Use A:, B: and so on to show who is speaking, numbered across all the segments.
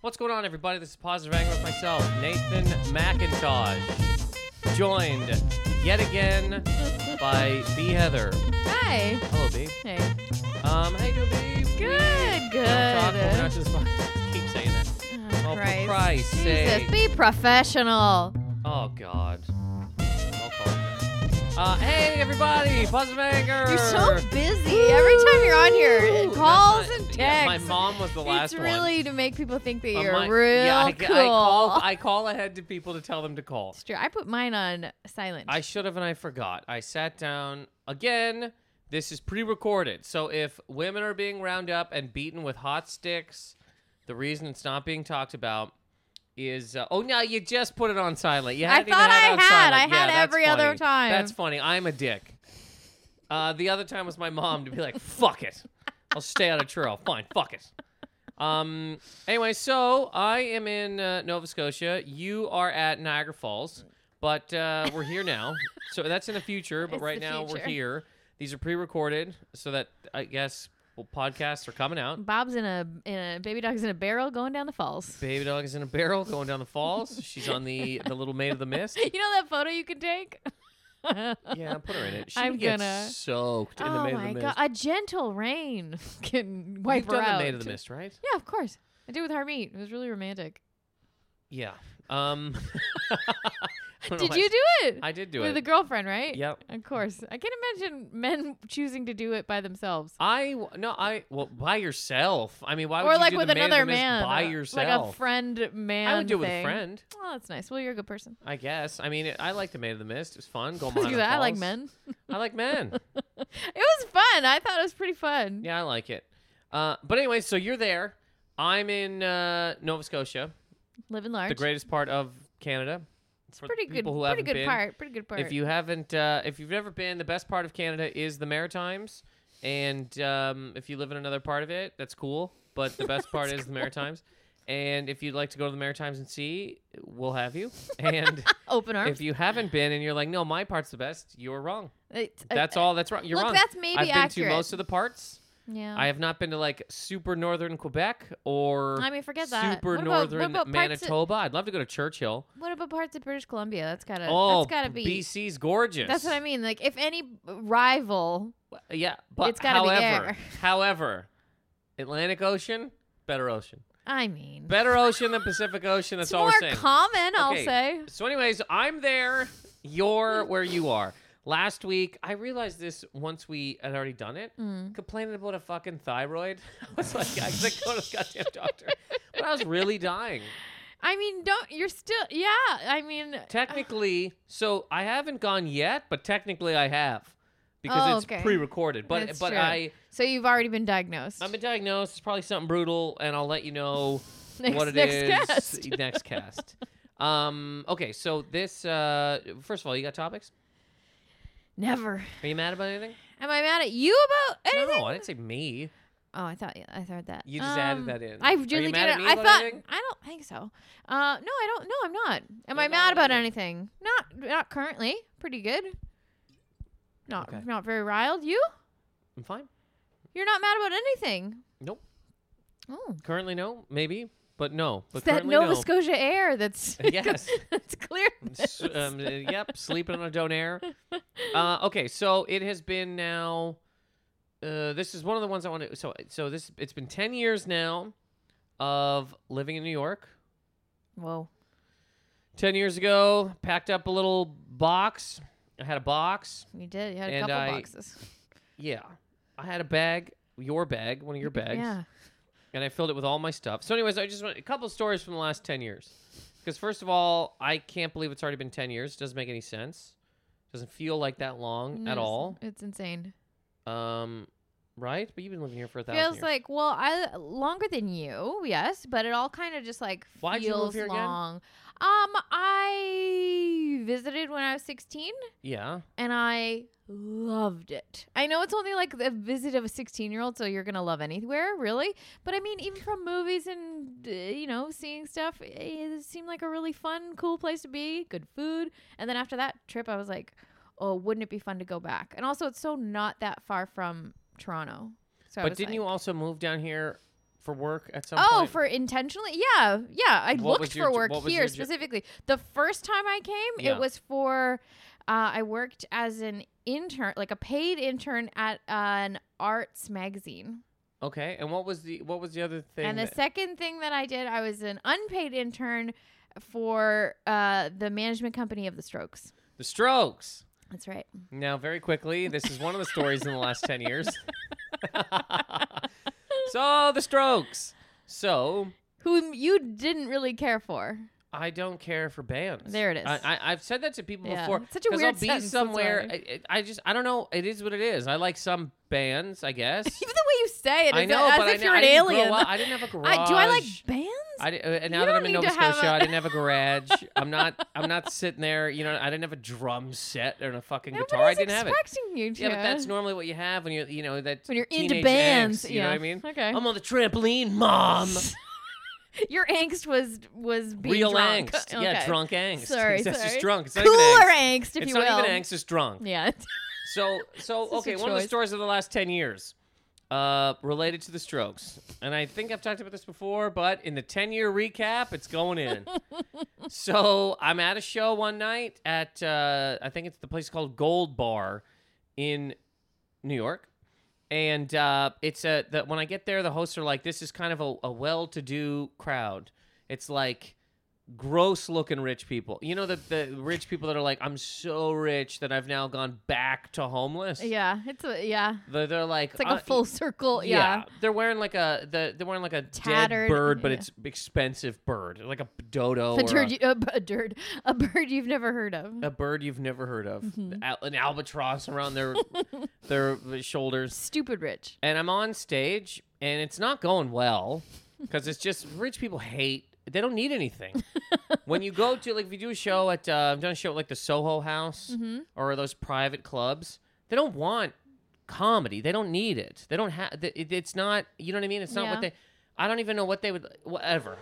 A: What's going on, everybody? This is Positive Anger with myself, Nathan McIntosh, joined yet again by B Heather.
B: Hi.
A: Hello, B.
B: Hey.
A: Um, how you doing, B?
B: Good. Good.
A: Talk, we're not just keep saying that.
B: Oh,
A: Oh, for Christ's sake.
B: Jesus, be professional.
A: Oh God. I'll call it that. Uh, hey everybody, Positive Anger.
B: You're so busy. Every time you're on here, it
A: Woo!
B: calls
A: That's
B: and
A: not-
B: texts.
A: yeah, my mom was the last
B: it's really to make people think that
A: one. Uh,
B: you're
A: my-
B: real
A: yeah, I,
B: cool.
A: I call, I call ahead to people to tell them to call.
B: It's true. I put mine on silent.
A: I should have and I forgot. I sat down again. This is pre-recorded, so if women are being round up and beaten with hot sticks, the reason it's not being talked about is uh, oh no, you just put it on silent. You
B: I
A: hadn't even
B: thought
A: had
B: I
A: it on
B: had.
A: silent.
B: I had
A: Yeah, that's
B: every other
A: funny.
B: time.
A: That's funny. I'm a dick. Uh, the other time was my mom to be like, "Fuck it, I'll stay out of trail. Fine, fuck it." Um. Anyway, so I am in uh, Nova Scotia. You are at Niagara Falls, but uh, we're here now. So that's in the future. But
B: It's
A: right
B: the
A: now we're
B: future.
A: here. These are pre-recorded, so that I guess well, podcasts are coming out.
B: Bob's in a in a baby dog's in a barrel going down the falls.
A: Baby dog is in a barrel going down the falls. She's on the the little maid of the mist.
B: You know that photo you can take?
A: Yeah, put her in it. She
B: I'm
A: would get
B: gonna-
A: soaked in the
B: oh
A: maid of
B: my
A: the mist.
B: god, a gentle rain can wipe
A: You've
B: her
A: done
B: out.
A: the maid of the mist, right?
B: Yeah, of course. I did with Harmeet. It was really romantic.
A: Yeah. Um. I don't know
B: Did
A: why
B: you
A: I-
B: do it?
A: I did do
B: with
A: it.
B: a girlfriend, right?
A: Yep.
B: Of course. I can't imagine men choosing to do it by themselves.
A: I w- no I well by yourself. I mean, why would
B: or
A: you
B: like
A: do
B: with
A: the maid of
B: another
A: the mist
B: man.
A: by
B: uh,
A: yourself?
B: Like a friend man.
A: I would do it with a
B: thing.
A: friend,
B: Oh, that's nice. Well, you're a good person.
A: I guess. I mean, it, I like the Maid of the Mist. It was fun. Go
B: Because I like
A: Falls.
B: men.
A: I like men.
B: It was fun. I thought it was pretty fun.
A: yeah, I like it. Uh, but anyway, so you're there. I'm in uh, Nova Scotia,
B: Living large.
A: the greatest part of Canada. It's
B: pretty good. Pretty good part. Pretty good part.
A: If you haven't, uh, if you've never been, the best part of Canada is the Maritimes, and um, if you live in another part of it, that's cool. But the best part is the Maritimes, and if you'd like to go to the Maritimes and see, we'll have you. And
B: Open arms.
A: if you haven't been and you're like, no, my part's the best, you're wrong.
B: It's- uh,
A: That's all. That's wrong. You're
B: Look,
A: wrong.
B: that's maybe
A: I've been
B: accurate. Oh.
A: to most of the parts.
B: Yeah.
A: I have not been to like super northern Quebec or
B: I mean, forget that.
A: super
B: What about- what
A: northern
B: about parts of-
A: Manitoba. I'd love to go to Churchill.
B: what about parts of British Columbia? That's gotta.
A: oh,
B: that's gotta be.
A: BC's gorgeous.
B: That's what I mean. Like, if any rival,
A: Yeah, but
B: It's gotta be
A: however,
B: there.
A: however, Atlantic Ocean, better ocean,
B: I mean,
A: better ocean than Pacific Ocean. That's
B: it's
A: all
B: more
A: we're saying.
B: common. I'll
A: Okay,
B: say.
A: So, anyways, I'm there. You're where you are. Last week, I realized this once we had already done it.
B: Mm.
A: Complaining about a fucking thyroid. I was like, I gotta go to the goddamn doctor. But I was really dying.
B: I mean, don't you're still? Yeah, I mean,
A: Technically, so I haven't gone yet, but technically I have because
B: Oh,
A: it's
B: okay.
A: pre-recorded. But
B: That's
A: but
B: true.
A: I.
B: so you've already been diagnosed.
A: I've been diagnosed. It's probably something brutal, and I'll let you know
B: Next-
A: what it
B: next
A: is e,
B: cast.
A: next cast. Um, okay, so this. Uh, first of all, you got topics?
B: Never.
A: Are you mad about anything?
B: Am I mad at you about anything?
A: No, I didn't say me.
B: Oh, I thought I thought that.
A: You just added
B: Um,
A: that in.
B: I
A: Are you
B: really
A: mad
B: did.
A: at me
B: I
A: about
B: thought
A: anything?
B: I don't think so. Uh, no, I don't. No, I'm not. Am
A: You're
B: I
A: not
B: mad about
A: either.
B: anything? Not not currently. Pretty good. Not
A: Okay.
B: not very riled. You?
A: I'm fine.
B: You're not mad about anything.
A: Nope.
B: Oh.
A: Currently, no. Maybe, but no. But
B: It's that
A: currently,
B: Nova
A: no.
B: Scotia air that's
A: Yes.
B: that's clear.
A: S- um, uh, yep, sleeping on a donair. Uh, okay, so it has been now. Uh, this is one of the ones I want to. So, so this it's been ten years now of living in New York.
B: Whoa.
A: 10 years ago, packed up a little box. I had a box.
B: You did. You had a
A: And
B: couple
A: I-
B: boxes.
A: Yeah. I had a bag, your bag, one of your bags.
B: Yeah.
A: And I filled it with all my stuff. So, anyways, I just want a couple stories from the last 10 years. Because, first of all, I can't believe it's already been 10 years. doesn't make any sense. doesn't feel like that long
B: No,
A: at
B: it's-
A: all.
B: It's insane.
A: Um, right? But you've been living here for a thousand
B: Feels
A: years.
B: like well, I longer than you, yes, but it all kind of just like
A: Why'd you move
B: feels
A: here again?
B: long. Um, I visited when I was sixteen,
A: yeah.
B: and I loved it. I know it's only like a visit of a sixteen-year-old, so you're gonna love anywhere, really. But I mean, even from movies and uh, you know, seeing stuff, it seemed like a really fun, cool place to be. Good food, and then after that trip, I was like, oh, wouldn't it be fun to go back? And also, it's so not that far from Toronto. So I
A: But
B: was
A: didn't
B: like-
A: you also move down here for work at some
B: Oh,
A: point?
B: for intentionally? Yeah, yeah. I
A: What was
B: looked
A: your
B: for
A: jo-
B: work
A: what was
B: here
A: your jo-
B: specifically. The first time I came,
A: Yeah.
B: it was for uh, I worked as an intern, like a paid intern at uh, an arts magazine.
A: okay. And what was the what was the other thing?
B: and the
A: that-
B: second thing that I did, I was an unpaid intern for uh, the management company of the Strokes.
A: the Strokes.
B: That's right.
A: Now, very quickly, this is one of the stories in the last 10 years. so, the strokes. So,
B: Whom you didn't really care for.
A: I don't care for bands.
B: There it is.
A: I, I, I've said that to people
B: Yeah.
A: before.
B: It's such a
A: 'cause
B: weird
A: I'll be
B: sentence, that's
A: somewhere.
B: why.
A: I, I I just, I don't know. It is what it is. I like some bands, I guess.
B: Even the way you say it,
A: I
B: is
A: know,
B: as
A: but I
B: if
A: kn-
B: you're
A: I
B: an
A: didn't grow
B: alien.
A: up- I didn't have a garage.
B: I- do I like bands?
A: I di- uh, and now
B: You
A: that
B: don't
A: I'm
B: need
A: in Nova
B: to have
A: Scotia,
B: a-
A: I didn't have a garage. I'm not. I'm not sitting there. You know, I didn't have a drum set or a fucking guitar. I
B: Nobody's
A: didn't have it.
B: expecting you to.
A: Yeah, but that's normally what you have when you're, you know, that
B: when you're into
A: teenage
B: bands.
A: angst, you
B: yeah.
A: know what I mean?
B: Okay.
A: I'm on the trampoline, mom.
B: Your angst was was being
A: Real
B: drunk. Uh,
A: angst. Yeah,
B: Okay.
A: drunk angst.
B: Sorry,
A: That's
B: sorry.
A: just drunk. It's not even
B: Cooler
A: angst.
B: angst, if
A: it's
B: you
A: not
B: will.
A: even angst. It's drunk.
B: Yeah.
A: So, so
B: It's just
A: okay,
B: a
A: one of the
B: choice.
A: stories of the last ten years, uh, related to the Strokes, and I think I've talked about this before, but in the ten-year recap, it's going in. so I'm at a show one night at uh, I think it's the place called Gold Bar in New York. And uh, it's a the, when I get there, the hosts are like, "This is kind of a, a well-to-do crowd. It's like gross-looking rich people. You know the the rich people that are like, I'm so rich that I've now gone back to homeless.
B: Yeah. It's a yeah.
A: they're, they're like
B: It's like
A: "Uh,
B: a full circle. Yeah.
A: they're wearing like a the, they're wearing like a dead
B: Tattered-
A: bird, but
B: yeah.
A: it's expensive bird, like a dodo,
B: A
A: or
B: bird,
A: a-
B: you- a, b- a bird, a bird you've never heard of.
A: a bird you've never heard of,
B: Mm-hmm.
A: Al- an albatross around their their shoulders.
B: Stupid rich.
A: And I'm on stage, and it's not going well because it's just rich people hate. They don't need anything. when you go to like, if you do a show at, uh, I've done a show at like the Soho House or those private clubs. They don't want comedy. They don't need it. They don't have. It, it's not. You know what I mean? It's not what
B: Yeah.
A: they. I don't even know what they would. Whatever.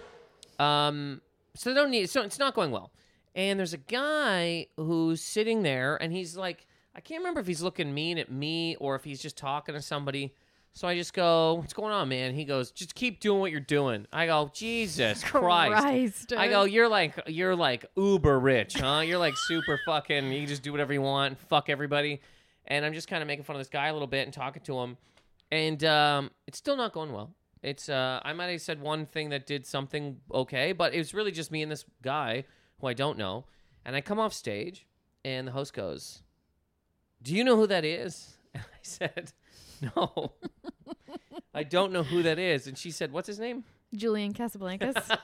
A: Um. So they don't need. So it's not going well. And there's a guy who's sitting there, and he's like, I can't remember if he's looking mean at me or if he's just talking to somebody. So I just go, "What's going on, man?" He goes, "Just keep doing what you're doing." I go, "Jesus Christ." I go, you're like you're like uber rich, huh? You're like super fucking. You can just do whatever you want, fuck everybody. And I'm just kind of making fun of this guy a little bit and talking to him, and um, it's still not going well. It's uh, I might have said one thing that did something okay, but it was really just me and this guy who I don't know. And I come off stage, and the host goes, "Do you know who that is?" And I said, "No." I don't know who that is. And she said, What's his name?
B: Julian Casablancas,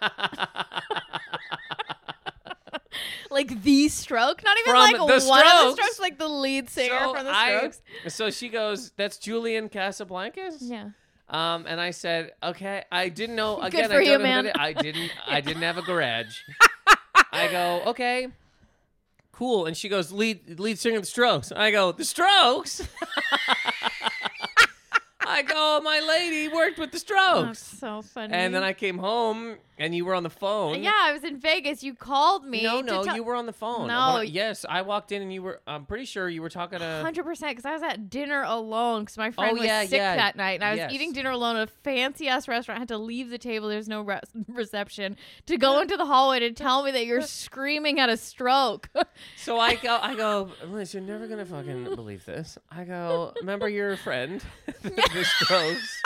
B: like the Stroke, not even
A: From
B: like
A: The
B: one of the
A: Strokes.
B: Strokes, like the lead singer from the Strokes.
A: I, so she goes, "That's Julian Casablancas."
B: yeah,
A: Um, and I said, "Okay, I didn't know." Again,
B: for
A: I don't
B: you,
A: know
B: man.
A: that it- I didn't. I didn't have a garage. I go, "Okay, cool." And she goes, "Lead lead singer of the Strokes." I go, "The Strokes." I go, "My lady worked with the
B: that's
A: Strokes."
B: so funny.
A: And then I came home, and you were on the phone.
B: Oh, yeah, I was in Vegas. You called me.
A: No,
B: to
A: no,
B: tell-
A: you were on the phone.
B: No,
A: One-
B: you-
A: yes, I walked in and you were. I'm pretty sure you were talking to.
B: Hundred percent, because I was at dinner alone because my friend was
A: Oh, yeah,
B: sick
A: yeah.
B: that night, and I was
A: Yes.
B: eating dinner alone at a fancy ass restaurant. I had to leave the table. There's no re- reception to go into the hallway to tell me that you're screaming at a stroke.
A: So I go, I go, Liz, you're never gonna fucking believe this. I go, remember your friend, the Strokes.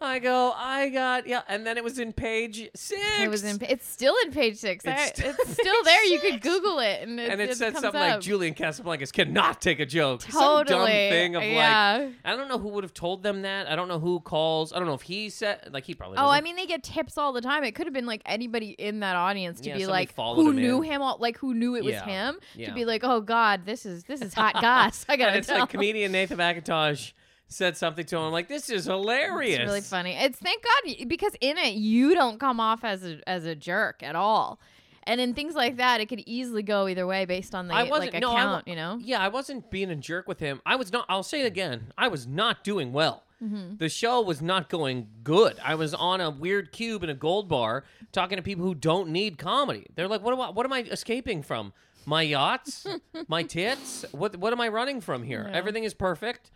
A: I go, I got yeah, and then it was in page six.
B: it was in. It's still in page six.
A: It's
B: I- It's,
A: still in
B: still
A: page
B: there. You could
A: six.
B: Google it, and it,
A: and it, said
B: comes
A: something
B: up.
A: like Julian Casablancas cannot take a joke. Some
B: Totally.
A: dumb thing of like,
B: yeah.
A: I don't know who would have told them that. I don't know who calls. I don't know if he said like he probably.
B: Oh, I
A: doesn't.
B: mean, they get tips all the time. It could have been like anybody in that audience to
A: Yeah,
B: be
A: somebody
B: like,
A: followed
B: who
A: him
B: knew
A: in.
B: him, all, like who knew it was
A: Yeah,
B: him,
A: yeah.
B: to be like, oh god, this is this is hot goss. I
A: And
B: gotta
A: it's
B: tell.
A: like comedian Nathan McIntosh said something to him like, this is hilarious.
B: It's really funny. It's thank God y- because in it you don't come off as a as a jerk at all, and in things like that, it could easily go either way based on the
A: I wasn't-
B: like
A: no, I wa-
B: account. you know,
A: Yeah, I wasn't being a jerk with him. I was not. I'll say it again. I was not doing well.
B: Mm-hmm.
A: The show was not going good. I was on a weird cube in a gold bar talking to people who don't need comedy. They're like, "What am I? What am I escaping from? My yachts, my tits. What? What am I running from here?
B: Yeah.
A: Everything is perfect.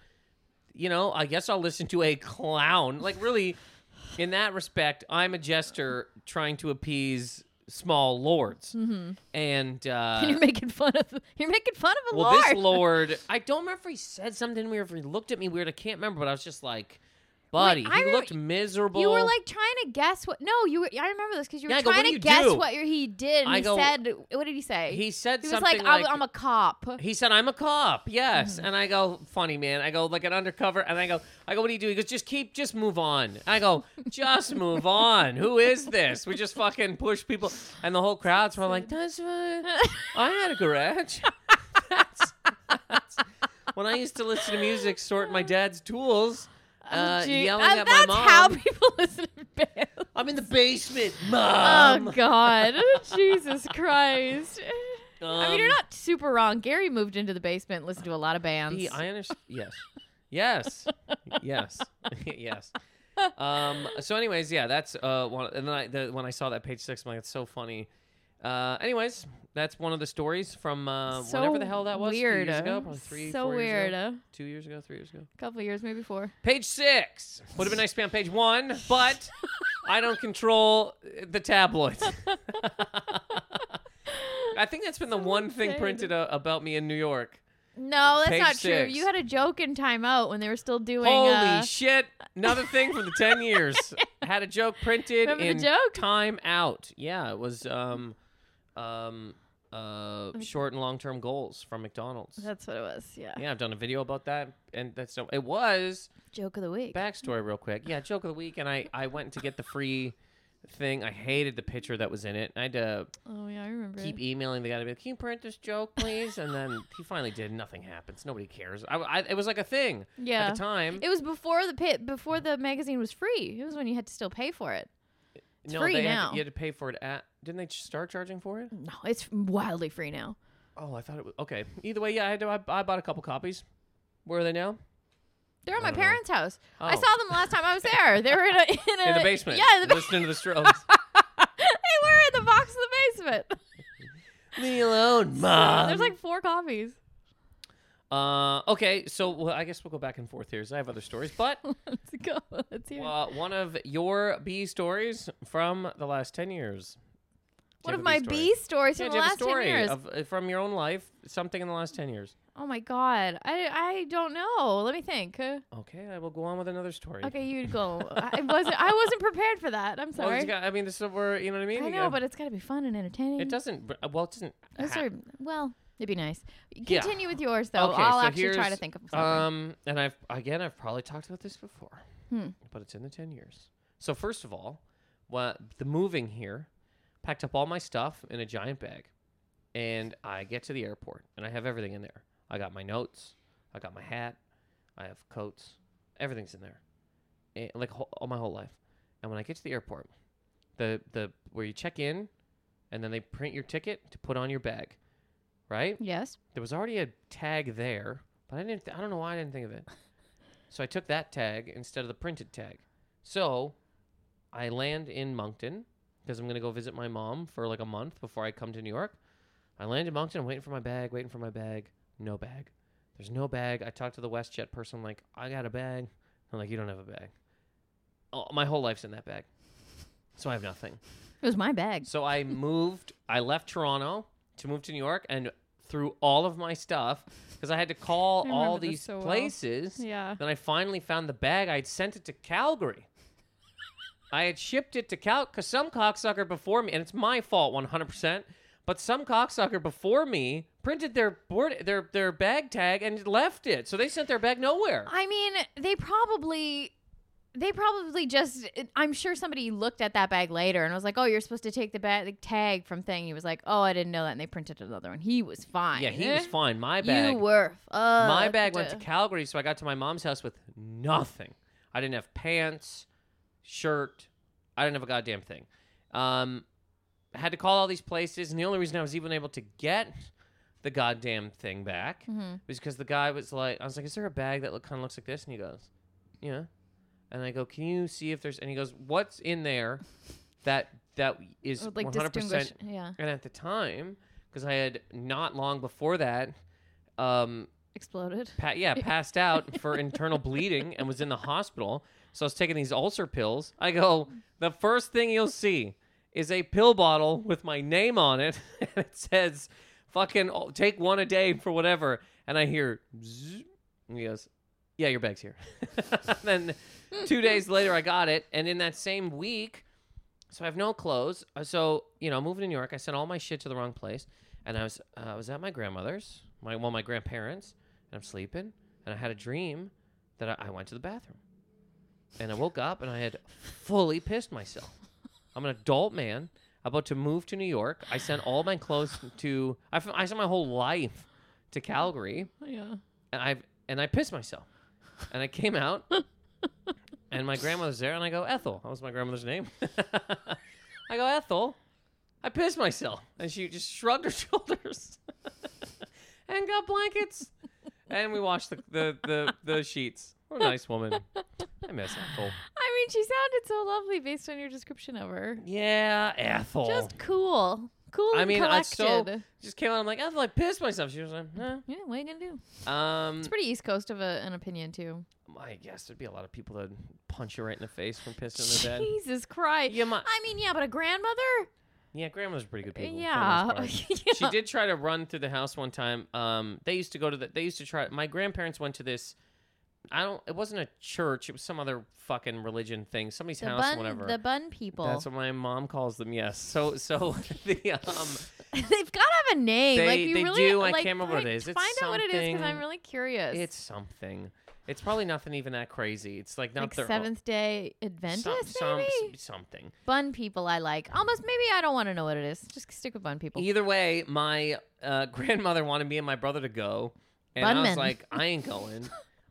A: You know. I guess I'll listen to a clown. Like really." in that respect, I'm a jester trying to appease small lords. Mm-hmm. And uh,
B: you're making fun of you're making fun of a
A: well,
B: lord.
A: this lord, I don't remember if he said something weird, if he looked at me weird. I can't remember, but I was just like, buddy,
B: I
A: he
B: remember-
A: looked miserable.
B: you were like trying to guess what? No, you. Were, I remember this because you were
A: Yeah, I go,
B: trying
A: "What do
B: to
A: you
B: guess
A: do?"
B: what he did. And
A: I
B: he
A: go-
B: said, "What did he say?"
A: he said
B: He was
A: something
B: like,
A: like, Uh,
B: I'm, "I'm a cop."
A: He said, "I'm a cop." Yes,
B: Mm-hmm.
A: and I go, "Funny man." I go like an undercover, and I go, "I go, what do you do?" He goes, "Just keep, just move on." I go, "Just move on." Who is this? We just fucking push people, and the whole crowd's probably like, "That's what I had a garage." that's, that's when I used to listen to music, sort my dad's tools, uh,
B: Oh, Gee,
A: yelling
B: and
A: at my
B: that's
A: mom.
B: how people listen to bands.
A: I'm in the basement,
B: Oh
A: mom.
B: God, Jesus Christ! I mean, you're
A: Um,
B: not super wrong. Gary moved into the basement, and listened to a lot of bands.
A: He- I understand. Yes. Yes. yes. yes. Um, so, anyways, yeah, that's uh, one. And then I, the, when I saw that page six, I'm like, it's so funny. Uh, anyways, that's one of the stories from uh,
B: so
A: whenever the hell that was. a few
B: Weird.
A: years ago, probably three,
B: so
A: four years
B: weird.
A: ago,
B: uh,
A: two years ago, three years ago.
B: couple of years, maybe four.
A: Page six would have been nice to be on page one, but I don't control uh, the tabloids. I think that's been the
B: So
A: one thing
B: insane.
A: printed uh, about me in New York.
B: No, that's
A: Page
B: not
A: six.
B: true. You had a joke in Time Out when they were still doing.
A: Holy
B: uh,
A: shit! Another thing from the ten years. Had a joke printed
B: Remember the
A: in
B: joke?
A: Time Out. Yeah, it was um, um, uh, short and long term goals from McDonald's.
B: that's what it was. Yeah.
A: yeah, I've done a video about that, and that's no. It was
B: Joke of the week.
A: backstory real quick. Yeah, joke of the week, and I I went to get the free thing. I hated the picture that was in it. I had to
B: oh yeah, I remember.
A: keep
B: it.
A: emailing the guy to be like, "Can you print this joke, please?" And then he finally did. Nothing happens. Nobody cares. I, I it was like a thing
B: Yeah.
A: at the time.
B: It was before the pit before the magazine was free. It was when you had to still pay for it. It's free
A: they Had
B: now.
A: to, you had to pay for it at. Didn't they ch- start charging for it?
B: No, it's wildly free now.
A: Oh, I thought it was okay. Either way, yeah, I had to. I, I bought a couple copies. Where are they now?
B: They're at my
A: I don't know.
B: parents' house. I
A: Uh-huh. Oh.
B: saw them last time I was there. They were in a in, a,
A: In the basement.
B: Yeah, in the ba-
A: listening to the strokes.
B: they were in the box in the basement.
A: Leave me alone, mom.
B: There's like four copies.
A: Uh, okay, so well, I guess we'll go back and forth here. 'cause I have other stories, but
B: Let's go. Let's hear. it.
A: uh, one of your B stories from the last ten years.
B: One
A: Do you
B: of my
A: have a
B: B stories
A: Yeah,
B: from the
A: do you have a
B: last
A: story
B: ten years.
A: Of, uh, from your own life, something in the last ten years.
B: oh my god, I I don't know. Let me think. Uh,
A: Okay, I will go on with another story.
B: Okay, you go. I wasn't I wasn't prepared for that. I'm
A: Well,
B: sorry.
A: it's got- I mean, this is where you know what I mean.
B: I
A: You
B: know,
A: gotta-
B: but it's got to be fun and entertaining.
A: It doesn't. br- Well, it doesn't.
B: Those
A: ha-
B: are well. It'd be nice.
A: Yeah.
B: Continue with yours though.
A: Okay,
B: I'll
A: so
B: actually try to
A: here's,
B: think of something.
A: Um, and I've again, I've probably talked about this before,
B: Hmm.
A: but it's in the ten years. So first of all, wha- the moving here, packed up all my stuff in a giant bag, and I get to the airport, and I have everything in there. I got my notes, I got my hat, I have coats, everything's in there, and, like whole, all my whole life. And when I get to the airport, the the where you check in, and then they print your ticket to put on your bag, right?
B: yes.
A: there was already a tag there, but I didn't. I don't know why I didn't think of it. So I took that tag instead of the printed tag. So I land in Moncton because I'm gonna go visit my mom for like a month before I come to New York. I land in Moncton. I'm waiting for my bag. Waiting for my bag. No bag. There's no bag. I talked to the WestJet person. Like I got a bag. I'm like, you don't have a bag. Oh, my whole life's in that bag. So I have nothing.
B: It was my bag.
A: So I moved. I left Toronto to move to New York and threw all of my stuff because I had to call
B: I
A: all
B: remember this
A: these
B: so well.
A: places.
B: Yeah.
A: Then I finally found the bag. I had sent it to Calgary. I had shipped it to Cal because some cocksucker before me, and it's my fault 100%. But some cocksucker before me printed their board, their their bag tag, and left it. So they sent their bag nowhere.
B: I mean, they probably they probably just I'm sure somebody looked at that bag later and was like, "Oh, you're supposed to take the bag the tag from thing." He was like, "Oh, I didn't know that." And they printed another one. He was fine.
A: yeah, he
B: Eh?
A: was fine. My bag.
B: You were.
A: my
B: fucked.
A: bag went to Calgary, so I got to my mom's house with nothing. I didn't have pants, shirt. I didn't have a goddamn thing. Um, I had to call all these places, and the only reason I was even able to get the goddamn thing back
B: Mhm.
A: was because the guy was like, I was like, "Is there a bag that look, kind of looks like this?" And he goes, "Yeah." And I go, "Can you see if there's?" And he goes, "What's in there that that is
B: Or, like
A: 100
B: distinguish.
A: percent
B: Yeah.
A: and at the time, because I had not long before that um,
B: Exploded.
A: pa- yeah, passed out for internal bleeding and was in the hospital. So I was taking these ulcer pills. I go, the first thing you'll see is a pill bottle with my name on it, and it says, "Fucking oh, take one a day for whatever." And I hear, Zzz, and he goes, "Yeah, your bag's here." then two days later, I got it, and in that same week, so I have no clothes. Uh, So you know, moving to New York, I sent all my shit to the wrong place, and I was uh, I was at my grandmother's, my well, my grandparents, and I'm sleeping, and I had a dream that I, I went to the bathroom, and I woke up and I had fully pissed myself. I'm an adult man about to move to New York. I sent all my clothes to I, f- I sent my whole life to Calgary,
B: Yeah.
A: and I and I pissed myself, and I came out, and my grandmother's there, and I go Ethel. That was my grandmother's name. I go Ethel. I pissed myself, and she just shrugged her shoulders, and got blankets, and we washed the the the, the sheets. What a nice woman. I miss Ethel.
B: I mean, she sounded so lovely based on your description of her.
A: Yeah, Ethel.
B: Just cool. Cool
A: I
B: and
A: mean, I
B: collected.
A: so just came out. I'm like Ethel. I pissed myself. She was like, eh.
B: Yeah, what are you going to do?
A: um,
B: It's pretty East Coast of a, an opinion, too.
A: I guess there'd be a lot of people that'd punch you right in the face from pissing in their bed.
B: Jesus Christ.
A: Yeah, my,
B: I mean, yeah, but a grandmother?
A: Yeah, grandma's pretty good people. for the most
B: Yeah.
A: part. She
B: Yeah.
A: did try to run through the house one time. Um, they used to go to the. They used to try. My grandparents went to this. I don't. It wasn't a church. It was some other fucking religion thing. Somebody's
B: The
A: house,
B: bun,
A: whatever.
B: the bun people.
A: That's what my mom calls them. Yes. So so the um.
B: They've got to have a name. like
A: They-
B: you
A: they
B: really,
A: do. I
B: Like,
A: can't remember what it
B: find-
A: is. It's
B: Find out what it is because I'm
A: something-
B: really curious.
A: It's something. It's probably nothing even that crazy. It's like not
B: like
A: their own-
B: Seventh Day Adventist,
A: some, some,
B: maybe.
A: something.
B: bun people, I like. Almost. Maybe I don't want to know what it is. Just stick with bun people.
A: Either way, my uh, grandmother wanted me and my brother to go, and I was
B: Bunman.
A: like, I ain't going.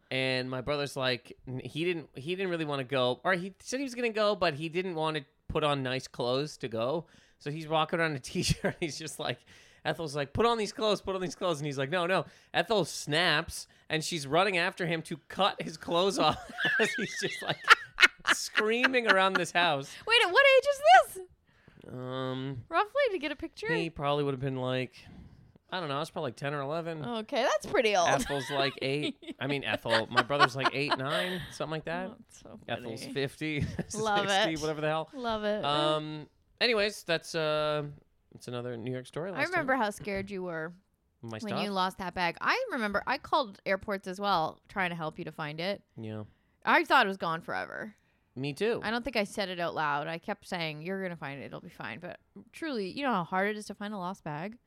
A: and my brother's like, n- he didn't, he didn't really want to go, or he said he was gonna go, but he didn't want to put on nice clothes to go. So he's walking around in a t-shirt. He's just like, Ethel's like, put on these clothes, put on these clothes, and he's like, no, no. Ethel snaps, and she's running after him to cut his clothes off. as he's just like screaming around this house.
B: Wait, at what age is this?
A: Um,
B: Roughly to get a picture.
A: he probably would have been like, I don't know, I was probably like 10 or 11.
B: Okay, that's pretty old.
A: Ethel's like eight. I mean, Ethel. My brother's like eight, nine, something like that.
B: Oh, it's so
A: Ethel's
B: funny.
A: 50,
B: Love it.
A: 60,
B: Uh-huh.
A: whatever the hell.
B: Love it.
A: Um, anyways, that's uh, that's another New York story.
B: I
A: last
B: remember how scared you were
A: time. my
B: when
A: stuff.
B: you lost that bag. I remember I called airports as well, trying to help you to find it.
A: yeah,
B: I thought it was gone forever.
A: me too.
B: I don't think I said it out loud. I kept saying, "You're gonna find it. It'll be fine." But truly, you know how hard it is to find a lost bag.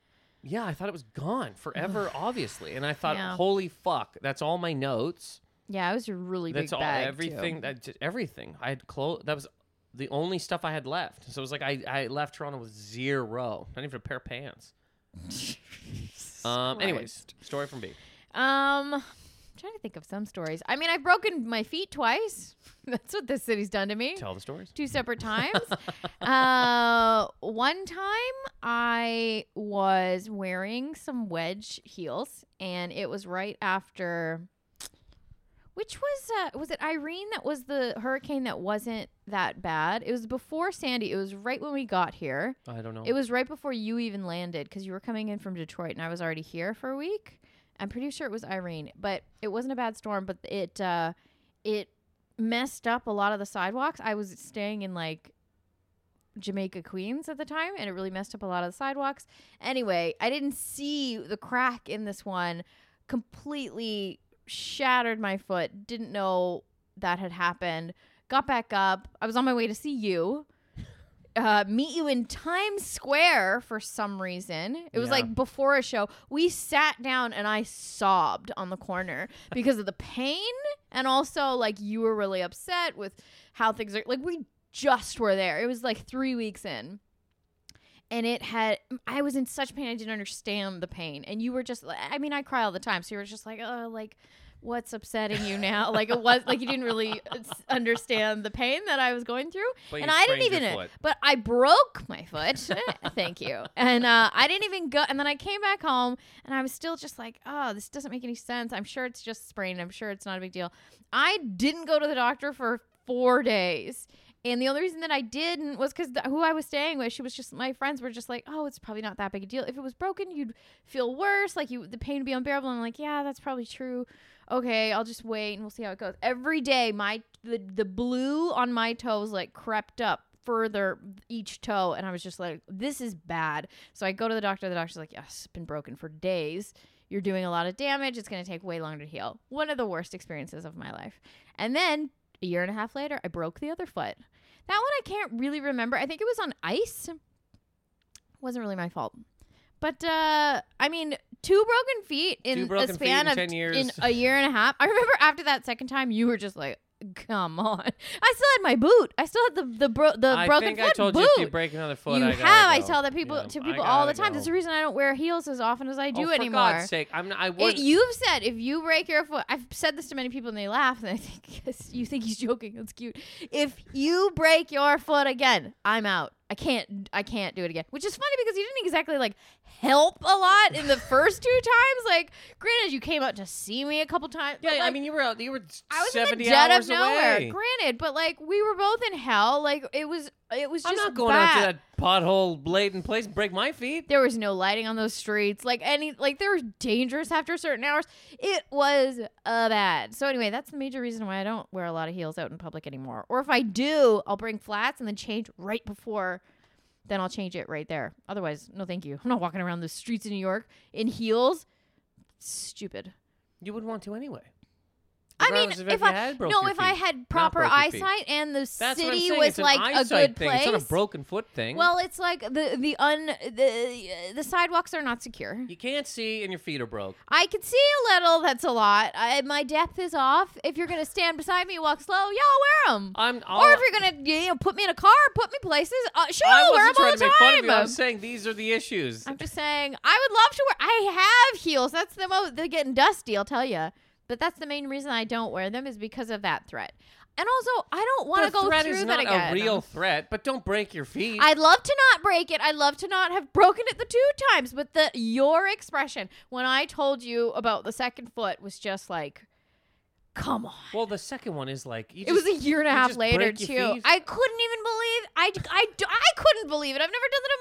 A: yeah, I thought it was gone forever, obviously, and I thought,
B: Yeah.
A: holy fuck, that's all my notes.
B: Yeah, it was a really
A: That's
B: big
A: all
B: bag. too.
A: everything. That just, everything I had clothes. That was the only stuff I had left. So it was like I I left Toronto with zero, not even a pair of pants. Um, anyways, story from B.
B: Um, I'm trying to think of some stories. I mean, I've broken my feet twice. That's what this city's done to me.
A: Tell the stories.
B: Two separate times. uh, one time I was wearing some wedge heels, and it was right after. Which was uh, was it Irene that was the hurricane that wasn't that bad? It was before Sandy. It was right when we got here.
A: I don't know.
B: It was right before you even landed because you were coming in from Detroit and I was already here for a week. I'm pretty sure it was Irene, but it wasn't a bad storm, but it uh, it messed up a lot of the sidewalks. I was staying in like Jamaica, Queens at the time, and it really messed up a lot of the sidewalks. Anyway, I didn't see the crack in this one completely shattered my foot. Didn't know that had happened. Got back up. I was on my way to see you. Uh, meet you in Times Square for some reason. It was
A: Yeah.
B: like before a show. We sat down and I sobbed on the corner because of the pain and also like you were really upset with how things are. Like we just were there. It was like three weeks in and it had i was in such pain i didn't understand the pain and you were just like i mean i cry all the time so you were just like oh like what's upsetting you now like it was like you didn't really s- understand the pain that i was going through
A: But you
B: and i didn't
A: sprained your
B: even
A: foot.
B: but i broke my foot thank you and uh, i didn't even go and then i came back home and i was still just like oh this doesn't make any sense i'm sure it's just sprained i'm sure it's not a big deal i didn't go to the doctor for four days And the only reason that I didn't was because who I was staying with, she was just my friends were just like, "Oh, it's probably not that big a deal. If it was broken, you'd feel worse. Like you, the pain would be unbearable." And I'm like, "Yeah, that's probably true. Okay, I'll just wait and we'll see how it goes." Every day, my the the blue on my toes like crept up further each toe, and I was just like, "This is bad." So I go to the doctor. The doctor's like, "Yes, it's been broken for days." You're doing a lot of damage. It's going to take way longer to heal. One of the worst experiences of my life. And then a year and a half later, I broke the other foot. That one I can't really remember. I think it was on ice. Wasn't really my fault. But uh, I mean, two broken feet in
A: Two broken
B: a
A: feet
B: span
A: in
B: of
A: 10 years.
B: in a year and a half. I remember after that second time, you were just like, "Come on!" I still had my boot. I still had the the bro- the
A: I
B: broken
A: think
B: foot
A: I told
B: boot.
A: you if you break another foot,
B: You
A: I gotta
B: have. I
A: go.
B: tell that people
A: Yeah,
B: to
A: I
B: people all the
A: gotta
B: time.
A: Go.
B: That's the reason I don't wear heels as often as I do
A: oh, for
B: anymore.
A: God's sake, I'm not, I
B: It,
A: would
B: you've said if you break your foot, I've said this to many people and they laugh and I think yes, you think he's joking. That's cute. If you break your foot again, I'm out. I can't. I can't do it again. Which is funny because you didn't exactly like help a lot in the first two times. Like, granted, you came out to see me a couple times.
A: Yeah,
B: but,
A: I
B: like,
A: mean, you were out. You were
B: I was in
A: seventy
B: the dead
A: hours
B: of nowhere.
A: away.
B: Granted, but like we were both in hell. Like it was. It was just.
A: I'm not going
B: bad.
A: out to that pothole laden place and break my feet.
B: There was no lighting on those streets. Like any, like they were dangerous after certain hours. It was uh, bad. So anyway, that's the major reason why I don't wear a lot of heels out in public anymore. Or if I do, I'll bring flats and then change right before. Then I'll change it right there. Otherwise, no, thank you. I'm not walking around the streets of New York in heels. Stupid.
A: You wouldn't want to anyway.
B: I mean,
A: Regardless
B: if,
A: of if you
B: I
A: had broke
B: no,
A: your
B: if I
A: feet.
B: had proper
A: broke your feet.
B: eyesight and the
A: That's what I'm
B: city
A: saying,
B: was
A: it's an
B: like a
A: eyesight
B: good
A: thing.
B: place.
A: It's not a broken foot thing.
B: well, it's like the the un the the sidewalks are not secure.
A: you can't see and your feet are broke.
B: I can see a little. That's a lot. I, my depth is off. If you're gonna stand beside me, walk slow. Yeah, I'll wear them.
A: I'm. All,
B: or if you're gonna you know, put me in a car, put me places. Uh, sure,
A: I
B: I'll
A: wasn't
B: wear them all
A: trying
B: the
A: to make fun of you. I
B: time.
A: was saying these are the issues.
B: I'm just saying, I would love to wear. I have heels. That's the most. They're getting dusty. I'll tell you. But that's the main reason I don't wear them is because of that threat. And also, I don't want
A: the
B: to go
A: threat
B: through
A: is
B: that
A: not
B: again.
A: a real threat, but don't break your feet.
B: I'd love to not break it. I'd love to not have broken it the two times, but the your expression when I told you about the second foot was just like, come on.
A: well, the second one is like you
B: it was
A: just,
B: a year and a
A: you
B: half
A: just
B: later
A: break
B: too.
A: your feet.
B: I couldn't even believe. I, I, I couldn't believe it. I've never done that in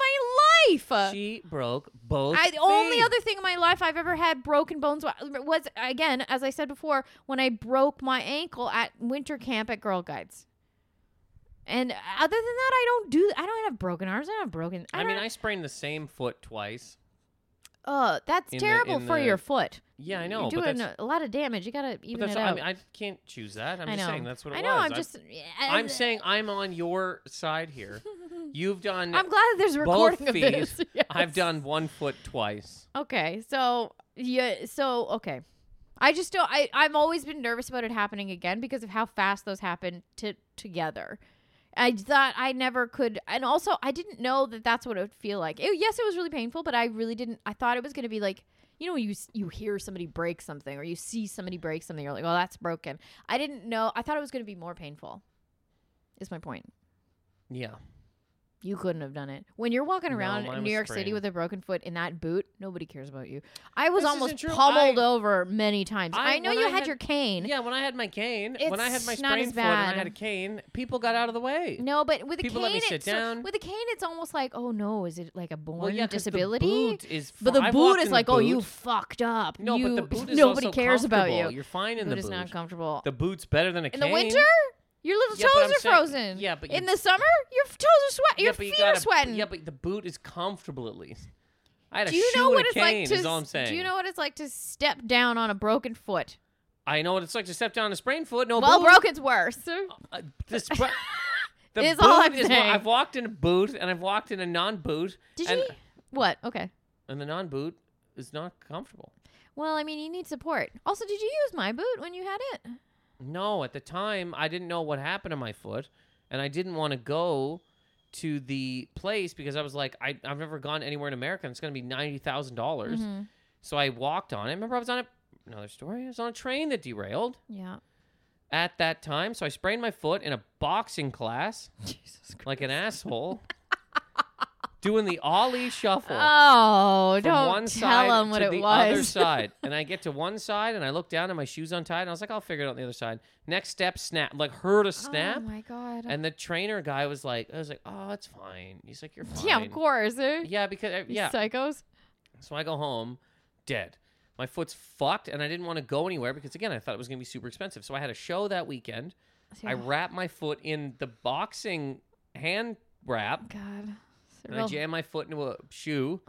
B: my life.
A: she broke both.
B: uh, I, the only
A: feet.
B: other thing in my life I've ever had broken bones wa- was again, as I said before, when I broke my ankle at winter camp at Girl Guides. And other than that, I don't do. I don't have broken arms. I don't have broken. I,
A: I mean,
B: don't-
A: I sprained the same foot twice.
B: Oh, that's
A: in the-
B: terrible
A: in
B: for
A: the-
B: your foot.
A: Yeah, I
B: You're
A: know. but
B: doing
A: that's,
B: a lot of damage. You gotta
A: but
B: even
A: that's
B: it out.
A: I, mean, I can't choose that. I'm
B: I
A: just
B: know.
A: saying that's what it
B: I know.
A: was.
B: I'm
A: I-
B: just.
A: I'm saying I'm on your side here. You've done.
B: I'm glad that there's a recording of
A: feet.
B: this. Yes.
A: I've done one foot twice.
B: Okay, so yeah, so okay. I just don't. I I've always been nervous about it happening again because of how fast those happen to together. I thought I never could, and also I didn't know that that's what it would feel like. It, yes, it was really painful, but I really didn't. I thought it was going to be like you know when you s- you hear somebody break something or you see somebody break something, you're like, oh, that's broken. I didn't know. I thought it was going to be more painful. Is my point.
A: Yeah.
B: You couldn't have done it. When you're walking
A: No,
B: around
A: mine
B: in New
A: was
B: York City
A: sprained.
B: with a broken foot in that boot, nobody cares about you. I was
A: This isn't
B: almost
A: true.
B: pummeled
A: I-
B: over many times. I,
A: I-
B: know
A: when
B: you
A: I
B: had,
A: had-
B: your cane.
A: Yeah, when I had my cane, when I had my
B: It's not as
A: sprained foot and I
B: bad.
A: had a cane, people got out of the way.
B: No, but with a
A: People
B: cane,
A: let me sit
B: it's so-
A: down.
B: with a cane, it's almost like, oh no, is it like a born
A: well, yeah, 'cause The
B: disability?
A: boot is
B: but
A: fu-
B: the
A: I've
B: boot
A: walked in
B: is
A: the
B: like, oh, you
A: boot.
B: fucked up.
A: No,
B: you,
A: but the boot is
B: nobody
A: also
B: cares about
A: comfortable.
B: you.
A: You're fine in
B: Boot
A: the
B: is
A: boot.
B: not comfortable.
A: the boot's better than a
B: in
A: cane.
B: the winter, your little
A: Yeah, but
B: toes
A: I'm
B: are
A: saying-
B: frozen.
A: yeah, but
B: in
A: you-
B: the summer, your f- toes are sweating.
A: yeah,
B: Your
A: but you
B: feet
A: gotta,
B: are sweating.
A: Yeah, but the boot is comfortable at least. I had a
B: do you
A: shoe
B: know
A: and
B: what
A: a
B: it's
A: cane.
B: like to?
A: is all I'm
B: s-
A: saying.
B: Do you know what it's like to step down on a broken foot?
A: I know what it's like to step down on a sprained foot. No
B: well,
A: boot.
B: broken's worse.
A: Uh, this bro- the
B: Is all I'm
A: boot is what-
B: saying.
A: I've walked in a boot and I've walked in a non-boot.
B: Did
A: and,
B: you? e-, What? Okay.
A: And the non-boot is not comfortable.
B: Well, I mean, you need support. Also, did you use my boot when you had it?
A: No, at the time I didn't know what happened to my foot, and I didn't want to go to the place because I was like, I, I've never gone anywhere in America. And it's going to be ninety dollars.
B: Mhm.
A: So I walked on it. Remember, I was on a another story. I was on a train that derailed
B: Yeah.
A: at that time. So I sprained my foot in a boxing class
B: Jesus Christ.
A: like an asshole. doing the ollie shuffle
B: Oh,
A: from one
B: don't
A: side
B: tell him what
A: to
B: it
A: the other
B: was.
A: side. And I get to one side and I look down and my shoes untied and I was like, I'll figure it out on the other side. Next step, snap. Like heard a snap.
B: Oh my god.
A: and the trainer guy was like, I was like, oh, it's fine. He's like, you're fine.
B: yeah, of course. eh?
A: Yeah, because uh,
B: You
A: yeah.
B: Psychos.
A: So I go home, dead. My foot's fucked, and I didn't want to go anywhere because again, I thought it was gonna be super expensive. So I had a show that weekend. I
B: Yeah.
A: wrap my foot in the boxing hand wrap,
B: God. It's a
A: and I
B: real-
A: jam my foot into a shoe,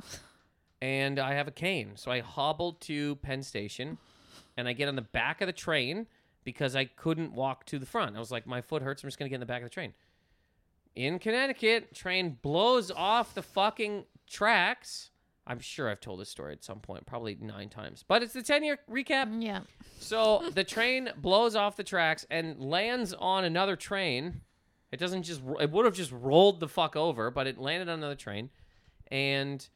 A: and I have a cane. So I hobbled to Penn Station, and I get on the back of the train because I couldn't walk to the front. I was like, my foot hurts. I'm just gonna get in the back of the train. In Connecticut, train blows off the fucking tracks. I'm sure I've told this story at some point, probably nine times, but it's the 10 year recap.
B: yeah.
A: So the train blows off the tracks and lands on another train. It doesn't just it would have just rolled the fuck over, but it landed on another train, and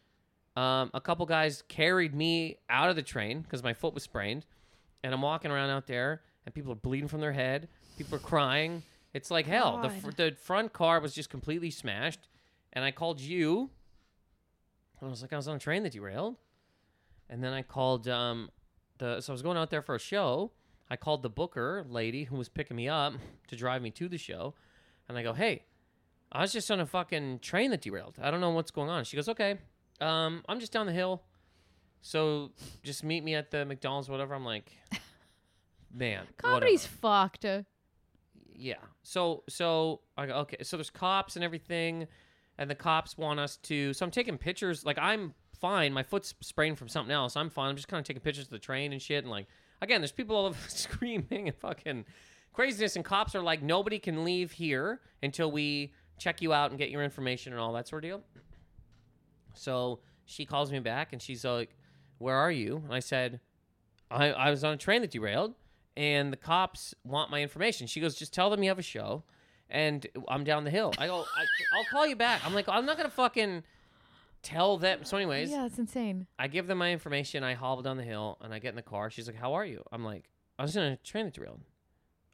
A: um, a couple guys carried me out of the train because my foot was sprained, and I'm walking around out there, and people are bleeding from their head, people are crying. It's like hell. The fr-
B: God.
A: the front car was just completely smashed, and I called you, and I was like, I was on a train that derailed, and then I called um, the so I was going out there for a show. I called the booker lady who was picking me up to drive me to the show, and I go, "Hey, I was just on a fucking train that derailed. I don't know what's going on." She goes, "Okay, um, I'm just down the hill, so just meet me at the McDonald's, whatever." I'm like, "Man,
B: Comedy's
A: whatever."
B: fucked. uh,
A: yeah." So so I go, "Okay, so there's cops and everything, and the cops want us to." So I'm taking pictures. Like I'm fine. My foot's sprained from something else. I'm fine. I'm just kind of taking pictures of the train and shit, and like again, there's people all over screaming and fucking craziness, and cops are like, nobody can leave here until we check you out and get your information and all that sort of deal. So she calls me back and she's like, Where are you? And I said, I, I was on a train that derailed, and the cops want my information. She goes, Just tell them you have a show. And I'm down the hill. I go, I, I'll call you back. I'm like, I'm not going to fucking tell them. So, anyways,
B: Yeah, it's insane.
A: I give them my information. I hobble down the hill and I get in the car. She's like, "How are you?" I'm like, "I was in a train that derailed.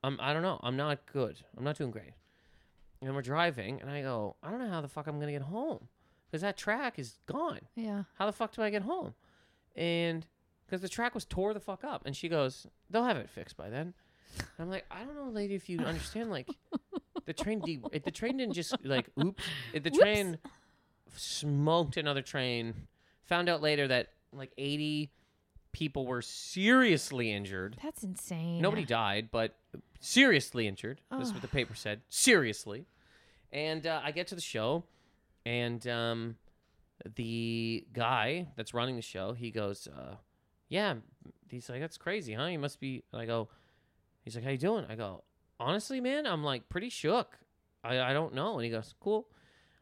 A: I'm I don't know. I'm not good. I'm not doing great." And we're driving, and I go, "I don't know how the fuck I'm gonna get home because that track is gone.
B: Yeah.
A: How the fuck do I get home?" And because the track was tore the fuck up, and she goes, "They'll have it fixed by then." And I'm like, "I don't know, lady, if you understand, like." The train, de- it- the train didn't just like oops. It, the
B: Whoops.
A: train smoked another train. Found out later that like 80 people were seriously injured.
B: That's insane.
A: Nobody died, but seriously injured. That's
B: Ugh.
A: what the paper said. Seriously. And uh, I get to the show, and um, the guy that's running the show, he goes, uh, "Yeah." He's like, "That's crazy, huh? You must be." And I go, "He's like, how you doing?" I go, "Honestly, man, I'm like pretty shook. I, I don't know." And he goes, "Cool.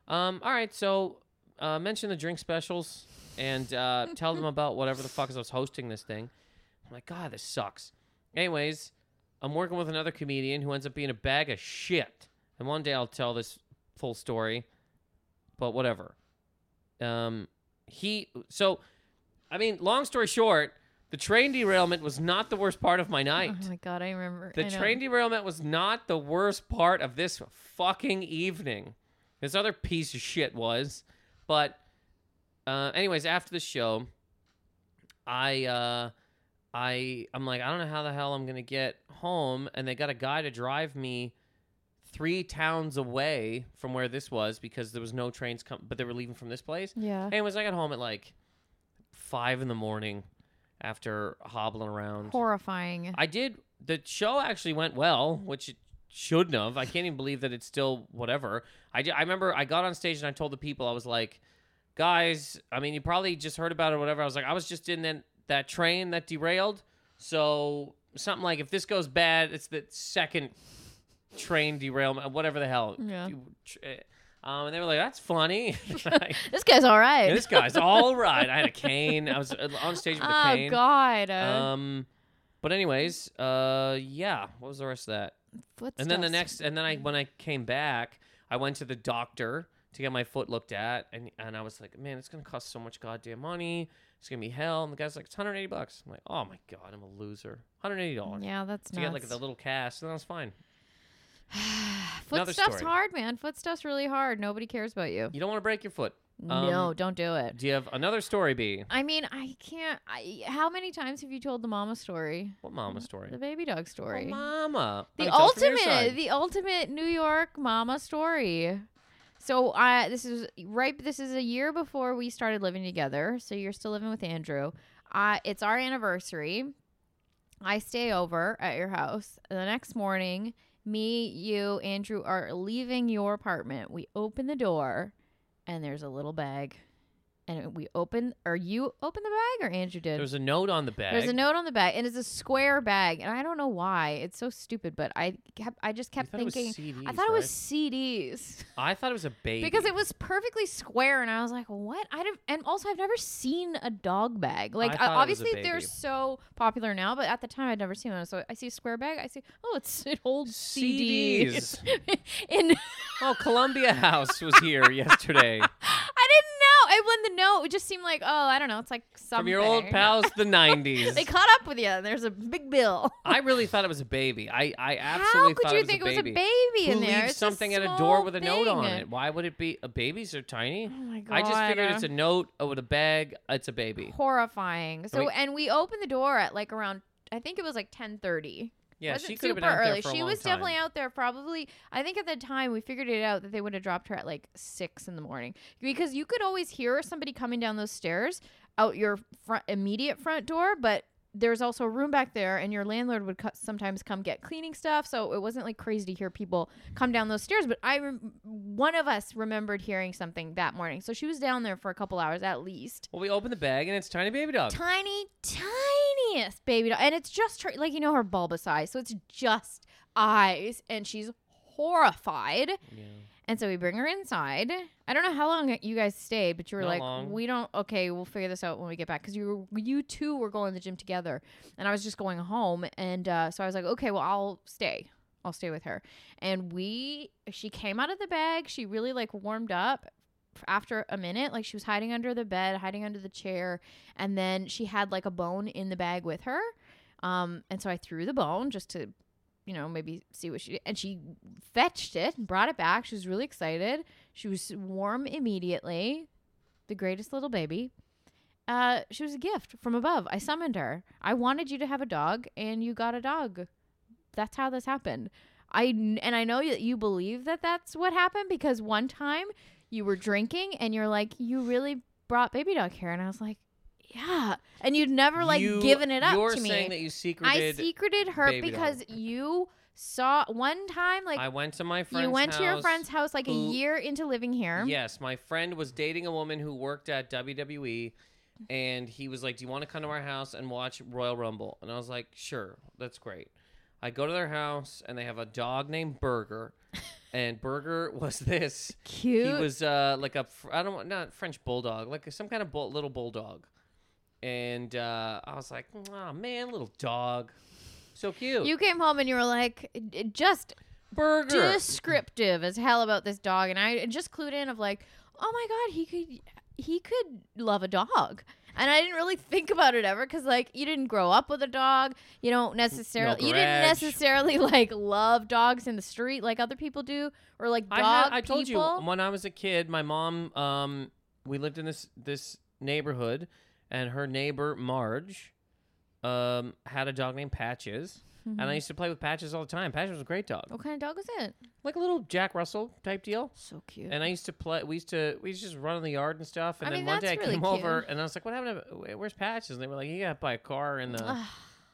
A: Um, all right, so uh, mention the drink specials and uh, tell them about whatever the fuck is I was hosting this thing." I'm like, God, this sucks. Anyways, I'm working with another comedian who ends up being a bag of shit. And one day I'll tell this full story, but whatever. Um, he so, I mean, long story short, the train derailment was not the worst part of my night.
B: Oh my god, I remember.
A: The
B: I know.
A: train derailment was not the worst part of this fucking evening. This other piece of shit was. But, uh, anyways, after the show, I, uh, I, I'm like, I don't know how the hell I'm gonna get home, and they got a guy to drive me three towns away from where this was because there was no trains come, but they were leaving from this place.
B: Yeah.
A: Anyways, I got home at like five in the morning after hobbling around.
B: Horrifying.
A: I did. The show actually went well, which it shouldn't have. I can't even believe that it's still whatever. I, ju- I remember I got on stage and I told the people, I was like, guys, I mean, you probably just heard about it or whatever. I was like, I was just in that, that train that derailed. So something like, if this goes bad, it's the second train derailment, whatever the hell.
B: Yeah.
A: Tr- eh. Um, and they were like, that's funny. Like,
B: this guy's all right.
A: this guy's all right. I had a cane. I was uh, on stage with a cane.
B: oh god. Uh,
A: Um, but anyways, uh, yeah. What was the rest of that? And then the
B: Uh, footsteps.
A: next, and then I when I came back, I went to the doctor to get my foot looked at, and and I was like, man, it's gonna cost so much goddamn money. It's gonna be hell. And the guy's like, it's 180 bucks. I'm like, oh my god, I'm a loser. 180 dollars
B: Yeah, that's
A: to
B: nuts.
A: get like the little cast, and that was fine. another
B: Footstuff's
A: story.
B: hard, man. Footstuff's really hard. Nobody cares about you.
A: You don't want to break your foot.
B: no,
A: Um,
B: don't do it.
A: Do you have another story, B?
B: I mean, I can't. I, how many times have you told the mama story?
A: What mama story?
B: The baby dog
A: Oh,
B: story.
A: mama.
B: the
A: Honey, tell us from your
B: ultimate,
A: side.
B: the ultimate New York mama story. So I this is right this is a year before we started living together. So you're still living with Andrew. I it's our anniversary. I stay over at your house. The next morning, me, you, Andrew are leaving your apartment. We open the door and there's a little bag. And we open or you open the bag or Andrew did?
A: There's a note on the bag.
B: There's a note on the bag, and it's a square bag, and I don't know why. It's so stupid, but I kept, I just
A: You
B: kept
A: thought it was
B: thinking.
A: CDs,
B: I thought it was
A: right?
B: CDs
A: I thought it was a baby.
B: because it was perfectly square, and I was like, "What?" I don't, and also I've never seen a dog bag. Like uh,
A: I thought it was a
B: obviously they're
A: baby.
B: so popular now, but at the time I'd never seen one. So I see a square bag, I see, oh, it's it holds CDs.
A: CDs.
B: and
A: oh, Columbia House was here yesterday
B: I didn't know. I when the note, it just seemed like, oh, I don't know, it's like something
A: from your old pals, the '90s.
B: They caught up with you. And there's a big bill.
A: I really thought it was a baby. I, I absolutely
B: How could
A: thought
B: you
A: it was
B: think
A: a baby.
B: it was a baby in
A: Who
B: there?
A: leaves
B: It's
A: something
B: a
A: at a door
B: small
A: with a note on
B: thing.
A: it? Why would it be? Uh, babies are tiny.
B: Oh my god!
A: I just figured it's a note uh, with a bag. It's a baby.
B: horrifying. So
A: mean-
B: and we opened the door at like around I think it was like ten thirty.
A: Yeah,
B: Wasn't
A: she could have
B: super
A: been out
B: early.
A: there for a
B: she
A: long
B: was definitely
A: time.
B: out there probably I think at the time we figured it out that they would have dropped her at like six in the morning. Because you could always hear somebody coming down those stairs out your front immediate front door, but there's also a room back there, and your landlord would co- sometimes come get cleaning stuff. So it wasn't like crazy to hear people come down those stairs. But I, rem- one of us remembered hearing something that morning. So she was down there for a couple hours at least
A: Well, we opened the bag and it's tiny baby dog.
B: tiny, tiniest baby doll. And it's just her, like, you know, her bulbous eyes. So it's just eyes. And she's horrified.
A: Yeah.
B: And so we bring her inside. I don't know how long you guys stayed, but you were
A: Not
B: like,
A: long.
B: we don't, okay, we'll figure this out when we get back. Cause you, were, you two were going to the gym together. And I was just going home. And uh, so I was like, okay, well, I'll stay. I'll stay with her. And we, she came out of the bag. She really like warmed up after a minute. Like she was hiding under the bed, hiding under the chair. And then she had like a bone in the bag with her. Um, and so I threw the bone just to, you know, maybe see what she did. And she fetched it and brought it back. She was really excited. She was warm immediately. The greatest little baby. Uh, she was a gift from above. I summoned her. I wanted you to have a dog, and you got a dog. That's how this happened. I kn- and I know that you believe that that's what happened because one time you were drinking and you're like, you really brought baby dog here, and I was like, yeah, and you'd never like
A: You-
B: given it up
A: You're
B: to me.
A: saying that you
B: I
A: secreted.
B: secreted her
A: baby
B: because
A: dog.
B: you saw one time like
A: I went to my friend's
B: you went to your
A: house.
B: friend's house like
A: who-
B: a year into living here.
A: Yes, my friend was dating a woman who worked at WWE, and he was like, "Do you want to come to our house and watch Royal Rumble?" And I was like, "Sure, that's great." I go to their house, and they have a dog named Burger, and Burger was this.
B: Cute.
A: He was uh, like a fr- I don't want not French bulldog, like some kind of bull, little bulldog, and uh, I was like, "Oh man, little dog, so cute."
B: you came home and you were like "J- just
A: Burger.
B: descriptive as hell about this dog and I just clued in of like, "Oh my god, he could he could love a dog." And I didn't really think about it ever cuz like you didn't grow up with a dog. You don't necessarily you didn't
A: grudge.
B: necessarily like love dogs in the street like other people do or like dog
A: I, had, I told
B: people.
A: you when I was a kid, my mom, um, we lived in this this neighborhood, and her neighbor Marge, um, had a dog named Patches,
B: Mm-hmm.
A: and I used to play with Patches all the time. Patches was a great dog,
B: What kind of dog was it?
A: like a little Jack Russell type deal.
B: So cute.
A: And I used to play. We used to we used to just run in the yard and stuff. And
B: I
A: then
B: mean,
A: one day I
B: that's really
A: came
B: cute.
A: over and I was like, "What happened? To, wh- where's Patches?" And they were like, "He got by a car in the."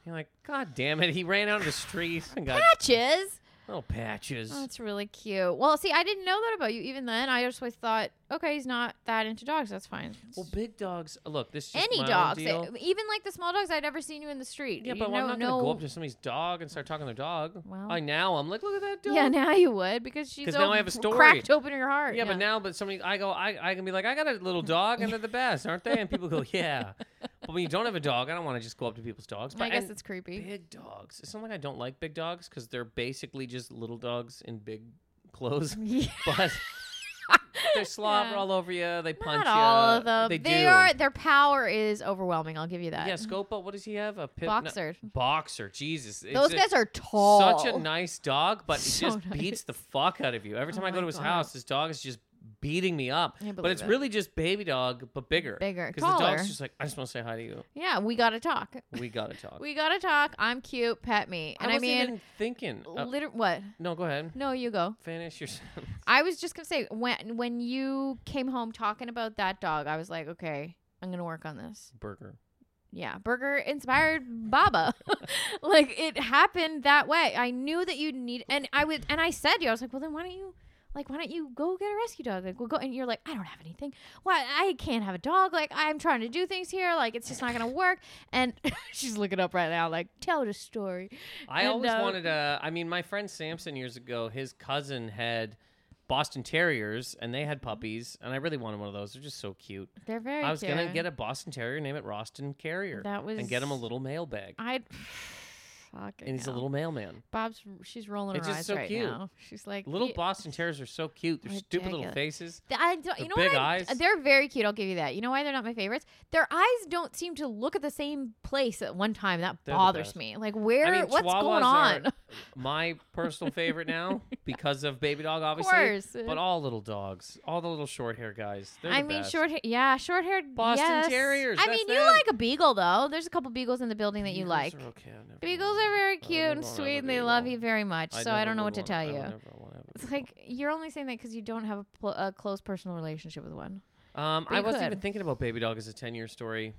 A: You're like, "God damn it! He ran out of the street and got
B: Patches.
A: little Patches."
B: Oh, that's really cute. Well, see, I didn't know that about you. Even then, I just always thought, okay, he's not that into dogs. That's fine.
A: well, big dogs. Look, this is just my
B: Any
A: own
B: dogs,
A: deal.
B: e- even like the small dogs, I'd never seen you in the street.
A: Yeah,
B: You
A: but I'm
B: know-
A: not gonna
B: no-
A: go up to somebody's dog and start talking to their dog.
B: Well.
A: I now I'm like, look at that dog.
B: Yeah, now you would because she's
A: 'Cause now
B: all
A: I have a story.
B: cracked open your heart.
A: Yeah, but now, but somebody, I go, I, I can be like, I got a little dog, and they're the best, aren't they? And people go, yeah. but when you don't have a dog, I don't want to just go up to people's dogs. But
B: I guess
A: and
B: it's creepy.
A: big dogs. It's not like I don't like big dogs because they're basically just little dogs in big clothes,
B: Yeah.
A: but they slobber
B: Yeah.
A: all over you. They punch
B: Not all
A: you.
B: of them.
A: They, do.
B: are their power is overwhelming. I'll give you that.
A: Yeah, Scopa. What does he have? A pit, no,
B: boxer.
A: boxer. Jesus. It's
B: Those
A: a-
B: guys are tall.
A: Such a nice dog, but it
B: So
A: just
B: nice.
A: beats the fuck out of you. Every
B: Oh
A: time I go
B: my
A: to his
B: God.
A: house, his dog is just beating me up.
B: I
A: But
B: believe
A: it's
B: it.
A: really just baby dog, but bigger.
B: Bigger,
A: the
B: taller.
A: dog's just like, I just want to say hi to you.
B: Yeah, we gotta talk.
A: We gotta talk.
B: We gotta talk. I'm cute. Pet me. And I,
A: wasn't
B: mean,
A: even thinking. uh,
B: liter- what?
A: no, go ahead.
B: No, you go.
A: Finish your sentence.
B: I was just gonna say when when you came home talking about that dog, I was like, okay, I'm gonna work on this.
A: burger.
B: Yeah, burger inspired Baba. like it happened that way. I knew that you need, and I would, and I said to you, I was like, well, then why don't you, like, why don't you go get a rescue dog? Like, we'll go, and you're like, I don't have anything. Why I can't have a dog. Like, I'm trying to do things here. Like, it's just not gonna work. And she's looking up right now, like, tell the story.
A: I
B: And,
A: always
B: uh,
A: wanted a. I mean, my friend Samson years ago, his cousin had Boston Terriers, and they had puppies, and I really wanted one of those. They're just so cute.
B: They're very.
A: I was gonna get a Boston Terrier, name it Roston Carrier,
B: That was.
A: and get him a little mailbag,
B: I. Fucking.
A: and he's a
B: hell.
A: little mailman.
B: Bob's. She's rolling
A: It's
B: her
A: just
B: eyes
A: so
B: right
A: cute.
B: now. She's like
A: Little
B: "Ye-
A: Boston Terriers are so cute. They're stupid little
B: Ridiculous.
A: faces.
B: Th- I don't,
A: The
B: you know
A: big
B: what? I-
A: eyes.
B: They're very cute. I'll give you that. You know why they're not my favorites? Their eyes don't seem to look at the same place at one time. That
A: They're the
B: bothers
A: best.
B: me. Like, where?
A: I mean,
B: what's
A: Chihuahuas
B: going on?
A: are my personal favorite now because of Baby Dog,
B: of
A: obviously.
B: course.
A: But all little dogs, all the little short hair guys. They're the
B: I mean,
A: best.
B: short hair. Yeah, short haired
A: Boston Terriers,
B: I
A: that's
B: mean, you
A: them.
B: like a beagle though. There's a couple beagles in the building that you
A: Beagles
B: like.
A: are okay. I never
B: Beagles
A: wanted
B: are very
A: I
B: cute
A: never
B: and
A: wanted a
B: sweet, and they love
A: beagle.
B: you very much. so I
A: never
B: don't know what
A: would
B: to
A: want-
B: tell
A: I would
B: you.
A: never want to have a
B: It's
A: dog.
B: like you're only saying that because you don't have a, pl- a close personal relationship with one.
A: um,
B: but
A: I
B: you
A: wasn't
B: could.
A: even thinking about Baby Dog as a ten-year story.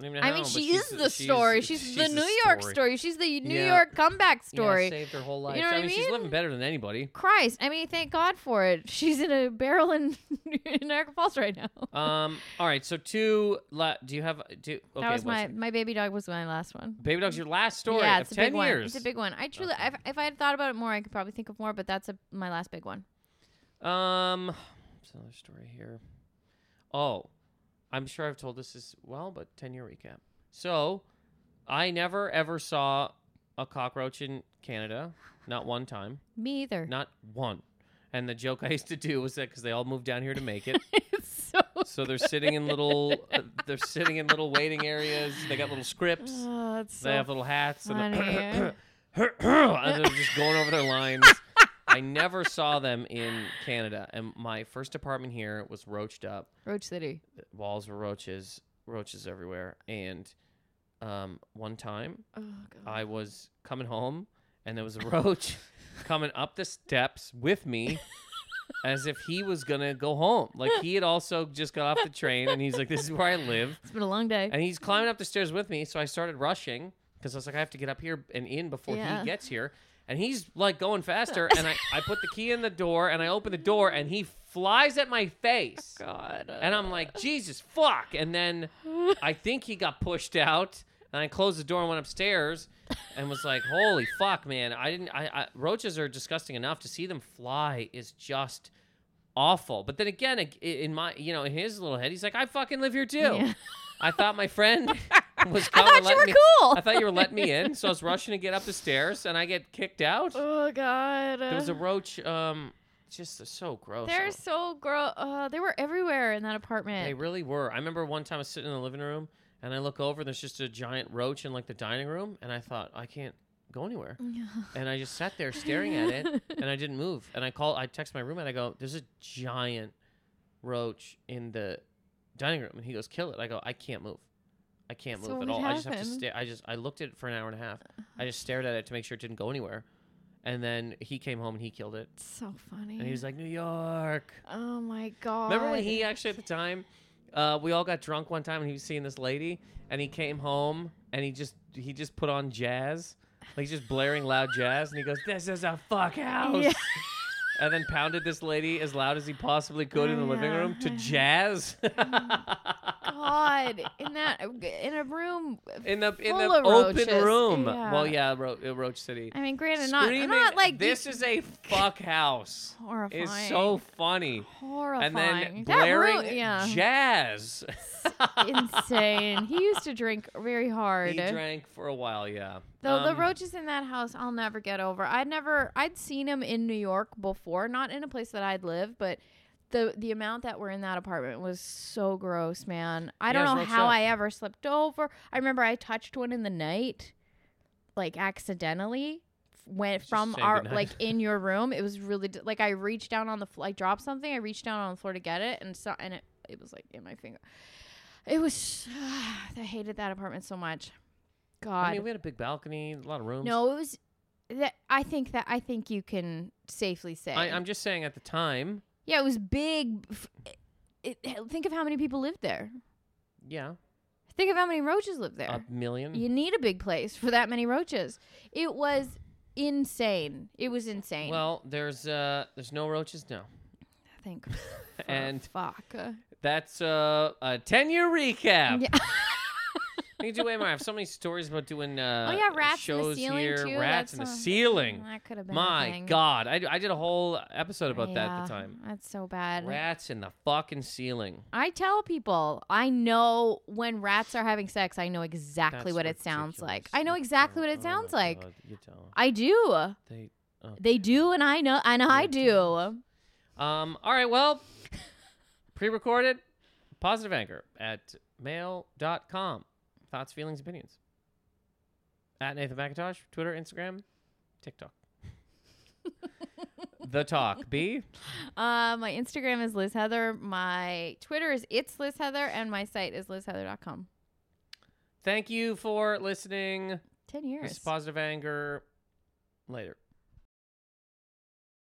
A: I, don't even
B: I
A: know,
B: mean,
A: but
B: she
A: she's
B: is
A: a-
B: the story. She's, the
A: a
B: New York story. She's the New
A: Yeah.
B: York comeback
A: Yeah,
B: story.
A: saved her whole life.
B: know
A: I
B: what
A: mean,
B: I
A: she's
B: mean?
A: living better than anybody.
B: Christ, I mean, thank God for it. She's in a barrel in, in Niagara Falls right now.
A: Um, all right. So two. La- do you have? Do okay.
B: that was
A: what's
B: my
A: it?
B: my baby dog was my last one.
A: Baby Dog's your last story
B: yeah,
A: of
B: it's a
A: ten
B: big one.
A: years.
B: It's a big one. I truly,
A: Okay.
B: if, if I had thought about it more, I could probably think of more. But that's a, my last big one.
A: Um, what's another story here? Oh, I'm sure I've told this as well, but 10 year recap. So, I never ever saw a cockroach in Canada, not one time,
B: Me either.
A: not one. And the joke I used to do was that because they all moved down here to make it,
B: it's so.
A: so they're sitting in little, uh, they're sitting in little waiting areas. They got little scripts.
B: Oh, it's so
A: they have little hats and,
B: funny.
A: the and they're just going over their lines. I never saw them in Canada, and my first apartment here was roached up.
B: Roach City.
A: The walls were roaches, roaches everywhere. And um, one time,
B: Oh
A: I was coming home, and there was a roach coming up the steps with me. As if he was gonna go home. Like he had also just got off the train and he's like, This is where I live.
B: it's been a long day.
A: And he's climbing up the stairs with me, so I started rushing because I was like, I have to get up here and in before
B: Yeah.
A: he gets here. And he's like going faster, and I, I put the key in the door, and I open the door, and he flies at my face.
B: Oh, God.
A: And I'm like, Jesus fuck! And then I think he got pushed out, and I closed the door and went upstairs, and was like, Holy fuck, man! I didn't. I, I roaches are disgusting enough to see them fly is just awful. But then again, ag- in my you know in his little head, he's like, I fucking live here too.
B: Yeah.
A: I thought my friend was
B: I
A: coming.
B: thought you were cool.
A: I thought you were letting me in, so I was rushing to get up the stairs, and I get kicked out.
B: oh God.
A: There was a roach. Um, just so gross.
B: They're so gross. Uh, they were everywhere in that apartment.
A: They really were. I remember one time I was sitting in the living room, and I look over, and there's just a giant roach in like the dining room, and I thought I can't go anywhere, and I just sat there staring at it, and I didn't move. And I call, I text my roommate. I go, "There's a giant roach in the dining room," and he goes, "Kill it." I go, "I can't move. I can't
B: So
A: move at
B: what
A: all. I just have to
B: happened?
A: stare. I just I looked at it for an hour and a half. I just stared at it to make sure it didn't go anywhere." And then he came home and he killed it.
B: It's so funny.
A: And he was like, "New York."
B: oh my God.
A: Remember when he actually at the time, uh, we all got drunk one time and he was seeing this lady, and he came home and he just he just put on jazz, like he's just blaring loud jazz, and he goes, "This is a fuck house,"
B: Yeah.
A: and then pounded this lady as loud as he possibly could in the
B: Oh,
A: living
B: yeah.
A: room to jazz.
B: God, in that uh, in a room.
A: In the in
B: Full
A: the
B: of
A: open
B: roaches,
A: room.
B: yeah.
A: Well, yeah, Ro- uh, Roach City.
B: I mean, granted, not
A: Screaming,
B: not like
A: this is a fuck house.
B: horrifying.
A: It's so funny.
B: horrifying.
A: And then
B: that
A: blaring
B: room, yeah,
A: jazz.
B: insane. He used to drink very hard.
A: He drank for a while, yeah.
B: Though the
A: Um,
B: roaches in that house, I'll never get over. I'd never, I'd seen him in New York before, not in a place that I'd lived, but the the amount that were in that apartment was so gross, man. I
A: Yeah,
B: don't
A: it's
B: know
A: roached
B: how
A: up.
B: I ever slept over. I remember I touched one in the night, like accidentally, went
A: Just
B: from
A: saying
B: our
A: goodnight.
B: like in your room. It was really d- like I reached down on the floor. I dropped something. I reached down on the floor to get it, and so and it it was like in my finger. It was. I hated that apartment so much. God.
A: I mean, we had a big balcony, a lot of rooms.
B: No, it was that I think that I think you can safely say.
A: I, I'm just saying at the time,
B: yeah, it was big. f- It, it- think of how many people lived there.
A: yeah,
B: Think of how many roaches lived there.
A: a million.
B: you need a big place for that many roaches. It was insane. It was insane.
A: Well, there's uh, there's no roaches now,
B: I think.
A: and
B: fuck.
A: that's uh, a ten year recap.
B: Yeah.
A: We do AMR. I have so many stories about doing uh,
B: oh yeah, rats in the
A: shows
B: ceiling
A: here,
B: too.
A: rats
B: That's
A: in the
B: a-
A: ceiling.
B: That could have been. a
A: My
B: thing.
A: God, I, I did a whole episode about that at
B: Yeah,
A: the time.
B: That's so bad.
A: Rats in the fucking ceiling.
B: I tell people, I know when rats are having sex, I know exactly
A: That's
B: what it sounds
A: ridiculous.
B: like. I know
A: You
B: exactly what
A: don't.
B: it
A: Oh my
B: sounds like.
A: God, you don't.
B: I do.
A: They-
B: They do, and I know, and I do.
A: Um, all right, well, pre recorded, positive anchor at mail.com. Thoughts, feelings, opinions. At Nathan McIntosh, Twitter, Instagram, TikTok. the talk. B.
B: Uh, my Instagram is Liz Heather. My Twitter is it's Liz Heather, and my site is lizheather.com.
A: Thank you for listening.
B: Ten
A: This is
B: years.
A: positive anger. Later.